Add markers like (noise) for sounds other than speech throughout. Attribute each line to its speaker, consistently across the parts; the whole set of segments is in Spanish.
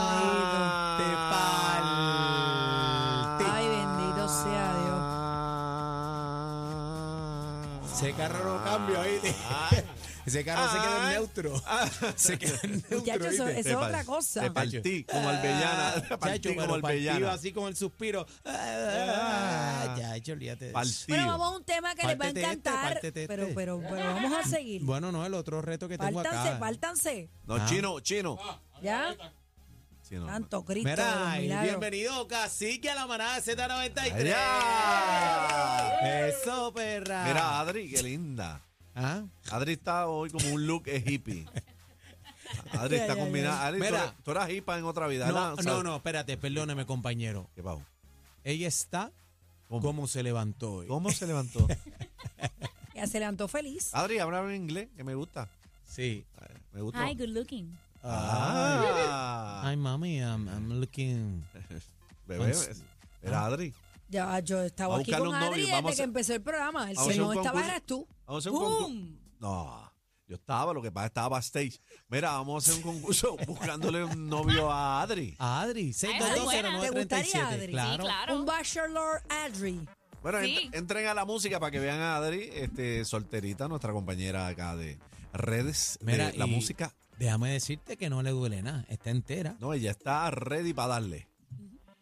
Speaker 1: (laughs) carro no cambia, oíste. Ese carro (laughs) se quedó en neutro. (laughs) Se quedó en neutro,
Speaker 2: Muchachos, eso,
Speaker 1: oíste.
Speaker 2: eso es otra cosa.
Speaker 3: Te partí como albellana. Te
Speaker 1: Ah, Chacho,
Speaker 3: partí como
Speaker 1: pero partido
Speaker 3: albellana.
Speaker 1: así con el suspiro. Ah, Chacho, olvídate de eso.
Speaker 2: Bueno,
Speaker 3: Partido.
Speaker 2: vamos a un tema que les va a
Speaker 1: Pártete este,
Speaker 2: encantar.
Speaker 1: pártete este.
Speaker 2: pero, pero, pero vamos a seguir.
Speaker 1: Bueno, no, el otro reto que tengo
Speaker 2: Pártanse,
Speaker 1: acá.
Speaker 2: pártanse.
Speaker 3: No,
Speaker 1: Ah.
Speaker 3: chino, chino.
Speaker 2: ¿Ya?
Speaker 3: Chino.
Speaker 2: Tanto Cristo. de los
Speaker 1: Mira, y
Speaker 2: milagros.
Speaker 1: bienvenido cacique a la manada
Speaker 3: ¡Allá!
Speaker 1: Z93. Eso, perra.
Speaker 3: Mira, Adri, qué linda.
Speaker 1: Ah,
Speaker 3: Adri está hoy como un look eh,
Speaker 2: (laughs)
Speaker 3: hippie. Adri
Speaker 2: Ya,
Speaker 3: está
Speaker 2: ya, ya.
Speaker 3: combinada. Adri, tú
Speaker 1: Mira.
Speaker 3: eras- tú eras hipa en otra vida.
Speaker 1: No,
Speaker 3: ¿verdad?
Speaker 1: no, no, espérate, perdóneme, compañero.
Speaker 3: ¿Qué pasó?
Speaker 1: Ella está
Speaker 3: ¿Cómo?
Speaker 1: como se levantó hoy.
Speaker 3: ¿Cómo se levantó?
Speaker 2: Ya se levantó
Speaker 3: (laughs)
Speaker 2: feliz.
Speaker 3: Adri, háblame en inglés, que me gusta.
Speaker 1: Sí.
Speaker 3: Me gusta.
Speaker 4: Hi, good looking.
Speaker 3: Ah,
Speaker 1: (laughs) Ay, mami, I'm, I'm looking.
Speaker 3: bebé.
Speaker 1: Cons- ah.
Speaker 3: Era Adri.
Speaker 2: Ya, yo estaba
Speaker 3: Vamos a
Speaker 2: aquí
Speaker 3: buscar
Speaker 2: con
Speaker 3: los novios,
Speaker 2: Adri
Speaker 3: vamos a
Speaker 2: desde que
Speaker 3: hacer-
Speaker 2: empezó el programa. El
Speaker 3: vamos a hacer
Speaker 2: señor
Speaker 3: un
Speaker 2: estaba
Speaker 3: concurso.
Speaker 2: eras tú.
Speaker 3: Vamos a hacer un concurso.
Speaker 2: ¡Bum!
Speaker 3: No, yo estaba, lo que pasa estaba backstage. Mira, vamos a hacer un
Speaker 1: (laughs)
Speaker 3: concurso buscándole un novio a Adri.
Speaker 1: A Adri,
Speaker 4: buena. ¿Te
Speaker 2: gustaría,
Speaker 1: 6220937.
Speaker 2: Adri? Sí,
Speaker 1: Claro.
Speaker 4: Sí, claro.
Speaker 2: Un Bachelor Adri.
Speaker 3: Bueno,
Speaker 4: Sí.
Speaker 3: ent- entren a la música para que vean a Adri, este, solterita, nuestra compañera acá de redes
Speaker 1: Mira,
Speaker 3: de la
Speaker 1: y-
Speaker 3: música.
Speaker 1: Déjame decirte que no le duele nada. Está entera.
Speaker 3: No, ella está ready para darle.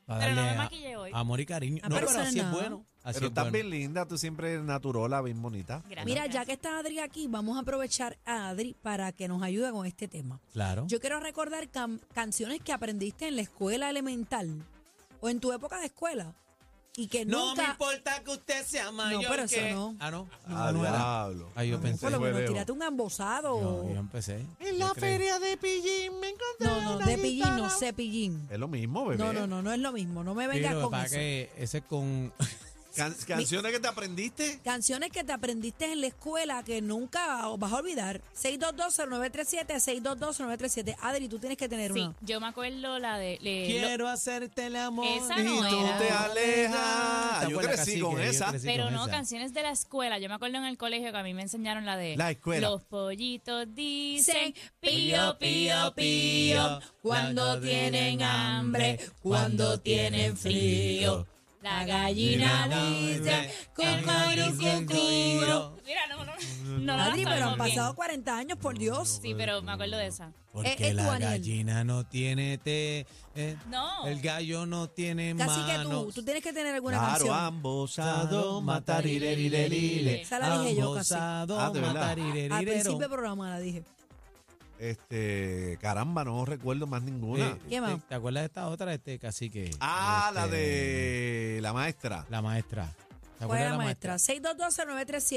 Speaker 1: Para
Speaker 4: Pero no
Speaker 1: darle
Speaker 4: me
Speaker 1: a-
Speaker 4: maquillé hoy.
Speaker 1: Amor y cariño.
Speaker 2: Ah,
Speaker 1: no,
Speaker 2: pero
Speaker 1: pero
Speaker 2: eso
Speaker 1: así es
Speaker 2: nada.
Speaker 1: bueno. Así
Speaker 3: Pero
Speaker 1: es
Speaker 3: estás
Speaker 1: bueno.
Speaker 3: bien linda, tú siempre naturola, bien bonita.
Speaker 4: Gracias.
Speaker 2: Mira, ya que está Adri aquí, vamos a aprovechar a Adri para que nos ayude con este tema.
Speaker 1: Claro.
Speaker 2: Yo quiero recordar can- canciones que aprendiste en la escuela elemental o en tu época de escuela y que nunca...
Speaker 1: importa que usted sea
Speaker 2: mayor pero eso que- no.
Speaker 1: Ah, no.
Speaker 3: Ah,
Speaker 1: no era.
Speaker 3: diablo.
Speaker 1: Ah, yo pensé.
Speaker 2: Por lo
Speaker 3: fue
Speaker 2: menos
Speaker 3: lejos.
Speaker 2: tírate un embosado.
Speaker 1: Yo,
Speaker 2: o-
Speaker 1: yo empecé.
Speaker 5: En la
Speaker 1: Yo creí.
Speaker 5: feria de Pillín me encontré
Speaker 2: No, no,
Speaker 5: una
Speaker 2: de pillín, no
Speaker 5: guitarra.
Speaker 2: cepillín.
Speaker 3: Es lo mismo, bebé.
Speaker 2: No, no, no, no es lo mismo. No me vengas
Speaker 1: Pero
Speaker 2: con
Speaker 1: para
Speaker 2: eso.
Speaker 1: que ese es con.
Speaker 3: Can- ¿Canciones que te aprendiste?
Speaker 2: Canciones que te aprendiste en la escuela que nunca vas a olvidar. 6220937, 6220937. Adri, tú tienes que tener
Speaker 4: Sí,
Speaker 2: una.
Speaker 4: yo me acuerdo la de. le- lo-
Speaker 1: Quiero hacerte el amor.
Speaker 4: Esa
Speaker 3: Y
Speaker 4: no
Speaker 3: tú
Speaker 4: era.
Speaker 3: te alejas.
Speaker 1: ¿Te
Speaker 3: Ah, Yo
Speaker 1: acuerdas,
Speaker 3: crecí
Speaker 1: cacique?
Speaker 3: con
Speaker 1: Yo
Speaker 3: esa.
Speaker 1: crecí
Speaker 4: pero
Speaker 1: con
Speaker 4: no,
Speaker 1: esa.
Speaker 4: canciones de la escuela. Yo me acuerdo en el colegio que a mí me enseñaron la de.
Speaker 3: La escuela.
Speaker 4: Los pollitos dicen
Speaker 1: Pío,
Speaker 4: pío, pío,
Speaker 1: pío,
Speaker 4: pío.
Speaker 1: pío,
Speaker 4: Cuando
Speaker 1: cuando
Speaker 4: tienen
Speaker 1: tienen
Speaker 4: hambre,
Speaker 1: hambre,
Speaker 4: cuando
Speaker 1: cuando
Speaker 4: tienen
Speaker 1: tienen
Speaker 4: frío.
Speaker 1: frío.
Speaker 4: La gallina dice,
Speaker 1: dice,
Speaker 4: cucurú,
Speaker 1: cucurú,
Speaker 4: cucurú.
Speaker 1: cucurú.
Speaker 4: Mira, no, no. No, la
Speaker 2: Adri, pero
Speaker 4: sabemos
Speaker 2: han
Speaker 4: bien.
Speaker 2: pasado 40 años, por Dios.
Speaker 4: Sí, pero me acuerdo de esa.
Speaker 1: Porque
Speaker 2: Eh, eh, tú,
Speaker 1: la
Speaker 2: Aniel.
Speaker 1: gallina no tiene té. eh,
Speaker 4: No.
Speaker 1: El gallo no tiene
Speaker 2: Casi que
Speaker 1: manos.
Speaker 2: tú, tú tienes que tener alguna
Speaker 3: Claro,
Speaker 2: canción.
Speaker 3: ambos
Speaker 1: Sado, matarirerirerire.
Speaker 2: Esa la dije yo,
Speaker 1: Ambos
Speaker 2: casi.
Speaker 1: sado,
Speaker 3: Ah, de verdad.
Speaker 1: matarirerirero.
Speaker 2: Al principio del programa la
Speaker 1: Ah,
Speaker 2: dije.
Speaker 3: Este, caramba, no recuerdo más ninguna.
Speaker 1: Eh,
Speaker 2: ¿Qué más?
Speaker 1: ¿Te acuerdas de esta otra? Este, casi que.
Speaker 3: ah, la
Speaker 1: este,
Speaker 3: de la maestra.
Speaker 1: La maestra. ¿Te
Speaker 2: ¿Cuál
Speaker 1: acuerdas
Speaker 2: era
Speaker 1: de
Speaker 2: la maestra?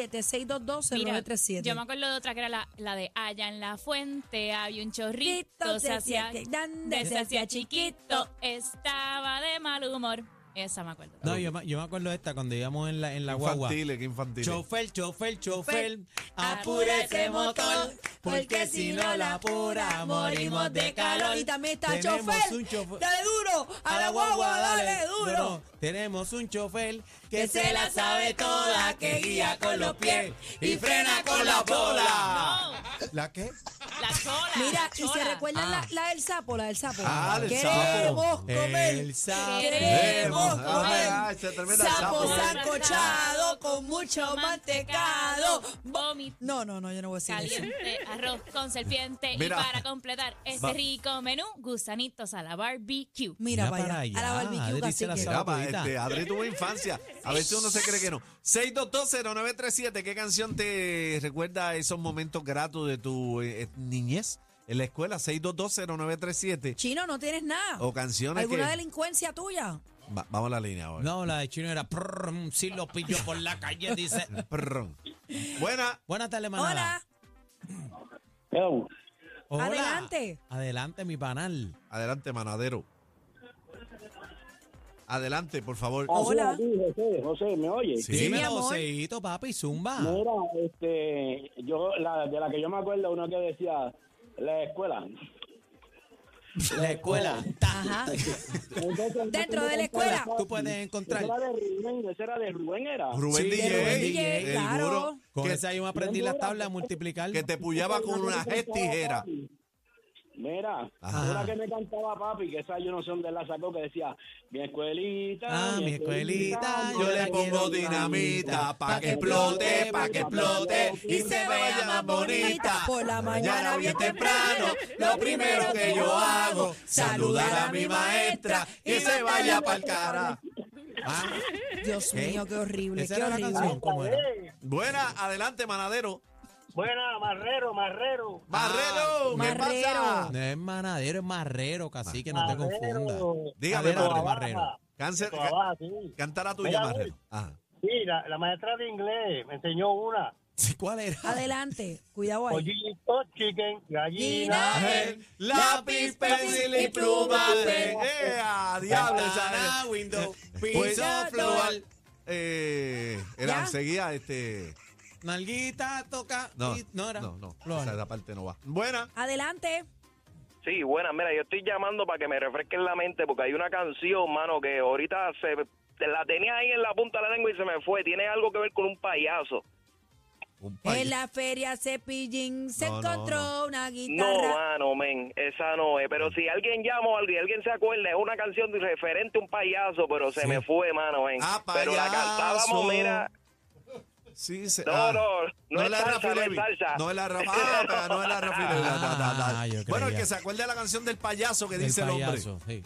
Speaker 2: 6220937,
Speaker 4: Mira,
Speaker 2: 6220937.
Speaker 4: yo me acuerdo de otra que era la, la de allá en la fuente había un chorrito,
Speaker 2: Grito,
Speaker 4: se hacía,
Speaker 2: que grande,
Speaker 4: se hacía chiquito, estaba de mal humor. Esa me acuerdo.
Speaker 1: No, yo, me- yo me acuerdo de esta cuando íbamos en la, en la guagua.
Speaker 3: Infantiles, qué infantiles.
Speaker 1: Chofer, chofer, chofer,
Speaker 2: apura
Speaker 1: apure ese motor, porque si no la apura, morimos de calor.
Speaker 2: Y también está
Speaker 1: Tenemos
Speaker 2: chofer.
Speaker 1: un chofer.
Speaker 2: Dale duro, a la guagua, dale duro.
Speaker 1: Tenemos un chofer que se la sabe toda, que guía con los pies y frena con la bola.
Speaker 4: No,
Speaker 1: ¿La qué?
Speaker 4: la chola.
Speaker 2: Mira,
Speaker 4: la
Speaker 2: y se
Speaker 4: chola.
Speaker 2: recuerdan la, la del sapo, la del sapo.
Speaker 3: Ah, del
Speaker 2: Queremos
Speaker 1: Ah. sapo.
Speaker 2: comer.
Speaker 1: El sapo. Ah,
Speaker 2: Queremos
Speaker 3: Ay,
Speaker 2: comer.
Speaker 3: ay, se tremenda
Speaker 2: sapo
Speaker 3: sapo.
Speaker 2: sancochado con mucho mantecado.
Speaker 4: vómito.
Speaker 2: No, no, no, yo no voy a decir eso.
Speaker 4: Caliente, arroz con serpiente
Speaker 3: Mira.
Speaker 4: y para completar este
Speaker 3: Va.
Speaker 4: rico menú, gusanitos a la barbecue.
Speaker 2: Mira,
Speaker 1: Mira
Speaker 2: para,
Speaker 1: para
Speaker 2: allá.
Speaker 1: allá,
Speaker 2: A la barbecue
Speaker 1: Adri
Speaker 2: casi
Speaker 1: se la
Speaker 2: que.
Speaker 1: sabe.
Speaker 3: Mira, pa,
Speaker 1: Papita.
Speaker 3: este, Adri tuvo infancia. A veces uno se cree que no. 6220937, ¿qué canción te recuerda a esos momentos gratos de tu eh, eh, niñez en la escuela? 6220937.
Speaker 2: Chino, no tienes nada.
Speaker 3: O canciones que...
Speaker 2: ¿Alguna delincuencia tuya?
Speaker 3: Va- vamos a la línea ahora.
Speaker 1: No, la de chino era prrrm, si lo pillo por la calle, dice.
Speaker 3: Prrrón. Buena.
Speaker 1: Buenas tardes, manada.
Speaker 2: Hola,
Speaker 6: Hello.
Speaker 1: Hola.
Speaker 2: Adelante.
Speaker 1: Adelante, mi panal.
Speaker 3: Adelante, manadero. Adelante, por favor.
Speaker 2: Oh. Hola.
Speaker 6: Sí, José, José, ¿me oye?
Speaker 3: Sí.
Speaker 1: Dime,
Speaker 2: mi amor.
Speaker 1: Joseito, papi, zumba.
Speaker 6: Mira, este, yo, la, de la que yo me acuerdo, uno que decía, la escuela.
Speaker 1: (laughs) La escuela. ta,
Speaker 2: Ajá.
Speaker 1: (laughs)
Speaker 6: Entonces,
Speaker 2: (laughs) Dentro de la escuela.
Speaker 1: Tú puedes
Speaker 6: Esa
Speaker 1: encontrar.
Speaker 6: era de Rubén, esa era de Rubén, era.
Speaker 3: Rubén
Speaker 1: Sí,
Speaker 3: DJ.
Speaker 1: Rubén
Speaker 2: DJ,
Speaker 3: el
Speaker 2: claro.
Speaker 3: duro
Speaker 1: Con
Speaker 3: que,
Speaker 1: esa yo me aprendí las tablas a multiplicar.
Speaker 3: que te pullaba con una jet tijera.
Speaker 6: Mira,
Speaker 3: Ajá.
Speaker 6: una que me cantaba papi, que esa yo no sé dónde la sacó, que decía, mi escuelita.
Speaker 1: Ah, mi escuelita,
Speaker 3: Yo le
Speaker 1: la
Speaker 3: pongo
Speaker 1: quiero
Speaker 3: dinamita
Speaker 1: dinamita,
Speaker 3: pa' que explote, pa' que explote y se vea
Speaker 2: vaya
Speaker 3: más bonita.
Speaker 2: Por la mañana bien temprano,
Speaker 3: lo primero que yo hago, saludar a mi maestra y se vaya pa'l cara. Ah,
Speaker 2: Dios
Speaker 3: ¿Eh?
Speaker 2: mío, qué horrible,
Speaker 1: Esa
Speaker 2: qué
Speaker 1: era la
Speaker 2: horrible.
Speaker 5: Ah,
Speaker 1: canción. ¿Cómo era?
Speaker 3: buena, adelante, manadero.
Speaker 5: Buena, marrero, marrero.
Speaker 3: Barrero, ¿qué
Speaker 2: Marrero.
Speaker 3: pasa?
Speaker 1: No es manadero, es marrero, casi que no te confundas.
Speaker 3: Dígame,
Speaker 1: Marrero,
Speaker 3: Marrero.
Speaker 1: Marrero.
Speaker 3: Cáncer,
Speaker 5: Toda
Speaker 3: ca-
Speaker 5: baja, sí.
Speaker 3: cantar tuya,
Speaker 5: Mira,
Speaker 3: Marrero. Ah. Ajá.
Speaker 5: Sí, la, la maestra de inglés me enseñó una.
Speaker 1: (laughs) Sí, ¿Cuál era?
Speaker 2: Adelante, cuidado ahí.
Speaker 5: Pollito, chicken, gallina.
Speaker 2: Gallina.
Speaker 3: Ángel, lápiz, pencil y pluma de... ¡Ea, diablo! esa-
Speaker 1: Ventana, window,
Speaker 3: (laughs) Pues,
Speaker 1: piso,
Speaker 2: Ya,
Speaker 1: floor.
Speaker 3: eh, era,
Speaker 2: ¿Ya?
Speaker 3: seguía este...
Speaker 1: Nalguita, toca.
Speaker 3: No,
Speaker 1: y-
Speaker 3: no,
Speaker 1: era.
Speaker 3: no, no,
Speaker 1: Floor.
Speaker 3: esa, esa parte no va. Buena.
Speaker 2: Adelante.
Speaker 7: Sí, buena, mira, yo estoy llamando para que me refresquen la mente porque hay una canción, mano, que ahorita se la tenía ahí en la punta de la lengua y se me fue. Tiene algo que ver con un payaso.
Speaker 3: Un país.
Speaker 2: En la feria Cepillín se
Speaker 3: No, no,
Speaker 2: encontró
Speaker 3: no.
Speaker 2: una
Speaker 7: No, ah.
Speaker 2: guitarra.
Speaker 7: mano, men, esa no es. Pero si alguien llama o alguien, alguien se acuerda, es una canción de referente a un payaso, pero se
Speaker 1: Sí.
Speaker 7: me fue, mano, men.
Speaker 3: Ah,
Speaker 7: Pero la
Speaker 3: payaso.
Speaker 7: cantábamos, mira.
Speaker 3: Sí, se,
Speaker 7: No,
Speaker 3: ah.
Speaker 7: no, no,
Speaker 3: es
Speaker 7: es
Speaker 3: la Rafi
Speaker 7: salsa, no es
Speaker 3: Levy.
Speaker 7: salsa.
Speaker 3: No es la Rafi. Ah, pero no es la Rafi Levy. Da, da, da, da.
Speaker 1: Ah, yo
Speaker 3: bueno, el
Speaker 1: creía.
Speaker 3: que se acuerde de la canción del payaso que
Speaker 1: Del
Speaker 3: dice el hombre.
Speaker 1: payaso, sí.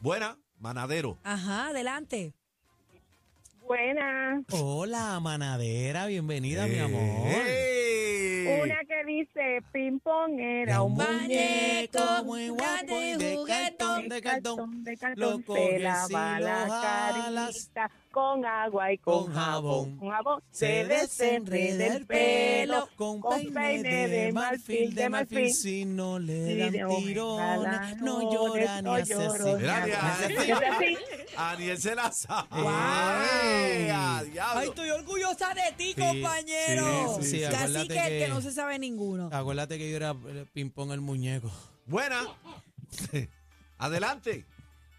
Speaker 3: Buena, manadero.
Speaker 2: Ajá, adelante.
Speaker 8: Buena.
Speaker 1: Hola, manadera, bienvenida,
Speaker 3: Eh.
Speaker 1: mi amor.
Speaker 3: ¡Ey!
Speaker 8: Una que dice ping pong era un
Speaker 2: muñeco
Speaker 8: muñeco
Speaker 2: muy
Speaker 1: muy guapo
Speaker 2: grande
Speaker 1: y
Speaker 2: y
Speaker 1: de cartón,
Speaker 2: juguetón.
Speaker 1: de
Speaker 8: de
Speaker 1: cartón.
Speaker 8: cartón, de
Speaker 1: Lo
Speaker 8: cartón,
Speaker 1: coges
Speaker 8: se
Speaker 1: y
Speaker 8: lava
Speaker 1: lo
Speaker 8: la
Speaker 1: jalas.
Speaker 8: carita con agua y con,
Speaker 1: Con jabón.
Speaker 8: jabón. Con jabón se desenreda el pelo
Speaker 1: con peine de marfil, de marfil, si no le
Speaker 8: Sí,
Speaker 1: dan
Speaker 8: de hoja,
Speaker 1: tirona,
Speaker 8: ojalá
Speaker 1: no llora
Speaker 8: no llores,
Speaker 1: ni
Speaker 8: no
Speaker 1: hace
Speaker 8: lloro,
Speaker 1: así.
Speaker 8: ni
Speaker 3: Mira,
Speaker 8: hace
Speaker 3: mira,
Speaker 8: así. Es así.
Speaker 3: Aniel se la
Speaker 1: (laughs)
Speaker 3: sabe.
Speaker 1: Ey.
Speaker 3: ¡Ea, diablo!
Speaker 2: Ay, estoy orgullosa de ti,
Speaker 1: Sí,
Speaker 2: compañero.
Speaker 1: sí, sí, sí,
Speaker 2: Casi
Speaker 1: acuérdate
Speaker 2: que, el que
Speaker 1: que-
Speaker 2: no se sabe ninguno.
Speaker 1: Acuérdate que yo era eh, ping-pong el muñeco.
Speaker 3: Buena. (laughs) Adelante.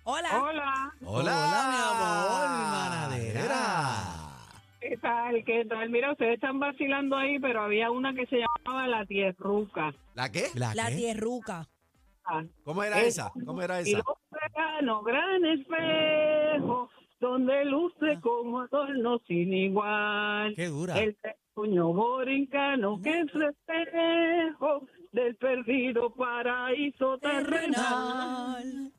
Speaker 2: Hola.
Speaker 8: Hola,
Speaker 3: Hola.
Speaker 1: Hola, mi amor, manadera.
Speaker 8: ¿qué tal? ¿Qué tal? Mira, ustedes están vacilando ahí, pero había una que se llamaba la tierruca. Ah,
Speaker 3: ¿La qué?
Speaker 2: La
Speaker 1: qué?
Speaker 2: tierruca.
Speaker 3: ¿Cómo era
Speaker 1: Eh,
Speaker 3: esa? ¿Cómo era
Speaker 8: Y
Speaker 3: esa? (laughs)
Speaker 8: los veranos, gran espejo, donde
Speaker 3: Ah.
Speaker 8: luce como adorno sin igual.
Speaker 1: Qué dura.
Speaker 8: El puño borincano que es espejo del perdido paraíso terrenal.
Speaker 2: Terrenal.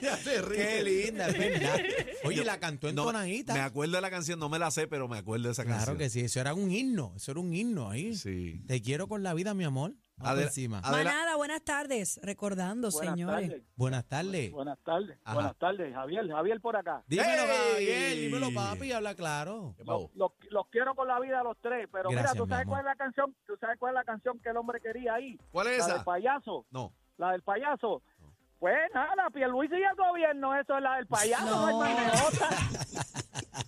Speaker 3: Ella se ríe.
Speaker 1: Qué linda,
Speaker 3: (laughs)
Speaker 1: es verdad. Oye,
Speaker 3: Yo-
Speaker 1: la cantó en
Speaker 3: No,
Speaker 1: tonadita.
Speaker 3: Me acuerdo de la canción, no me la sé, pero me acuerdo de esa
Speaker 1: Claro
Speaker 3: canción.
Speaker 1: que sí, eso era un himno, eso era un himno ahí.
Speaker 3: Sí.
Speaker 1: Te quiero con la vida, mi amor. Vamos
Speaker 3: Adela-
Speaker 1: encima.
Speaker 3: Adela-
Speaker 2: Manada, buenas tardes. Recordando,
Speaker 9: Buenas
Speaker 2: señores.
Speaker 9: tardes.
Speaker 1: Buenas tardes.
Speaker 9: Buenas tardes.
Speaker 3: Ajá.
Speaker 9: Buenas tardes, Javier. Javier por acá.
Speaker 1: Dímelo,
Speaker 3: ¡Ey!
Speaker 1: Javier, dímelo, papi, habla claro.
Speaker 3: ¿Qué pasó?
Speaker 9: Los, los quiero con la vida a los tres, pero
Speaker 1: Gracias,
Speaker 9: mira,
Speaker 1: mi
Speaker 9: ¿tú sabes
Speaker 1: amor.
Speaker 9: cuál es la canción? ¿Tú sabes cuál es la canción que el hombre quería ahí?
Speaker 3: ¿Cuál es
Speaker 9: La
Speaker 3: esa?
Speaker 9: del payaso.
Speaker 3: No.
Speaker 9: La del payaso. Pues nada, Pierluisi y el gobierno, eso es la del payaso,
Speaker 2: No.
Speaker 9: no hay más de
Speaker 1: (laughs)
Speaker 9: otra.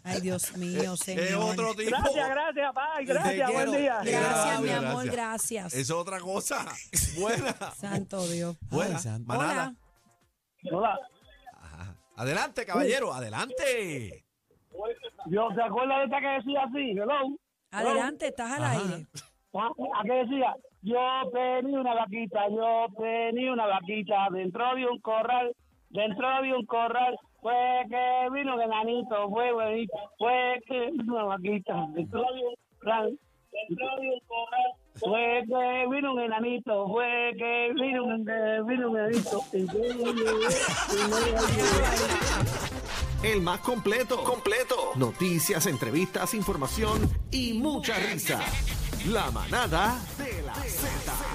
Speaker 2: Ay, Dios mío, señor.
Speaker 3: eh, Es otro tipo.
Speaker 9: Gracias, gracias, bye, gracias,
Speaker 1: quiero.
Speaker 9: buen día.
Speaker 2: Gracias, mi
Speaker 3: Gracias.
Speaker 2: amor, gracias.
Speaker 3: Es otra
Speaker 1: (laughs)
Speaker 3: cosa. Buena.
Speaker 2: Santo Dios.
Speaker 3: Buena.
Speaker 1: Ay, santo.
Speaker 3: Manada.
Speaker 2: Hola.
Speaker 9: Hola.
Speaker 3: Ajá. Adelante, caballero, adelante.
Speaker 9: Dios, ¿se acuerda de esta que decía así? Hello.
Speaker 2: Adelante, estás al
Speaker 1: Ajá.
Speaker 2: aire.
Speaker 9: ¿A a Ah, qué decía? Yo tenía una vaquita, yo tenía una vaquita dentro de un corral, dentro de un corral. Fue que vino el enanito, fue, buenito, fue que vino una vaquita dentro de un corral, dentro de un corral. Fue que vino un enanito, fue que vino un, que vino un enanito. y fue, y fue, y fue.
Speaker 10: El más completo. Completo. Noticias, entrevistas, información y mucha risa. La manada de la Z.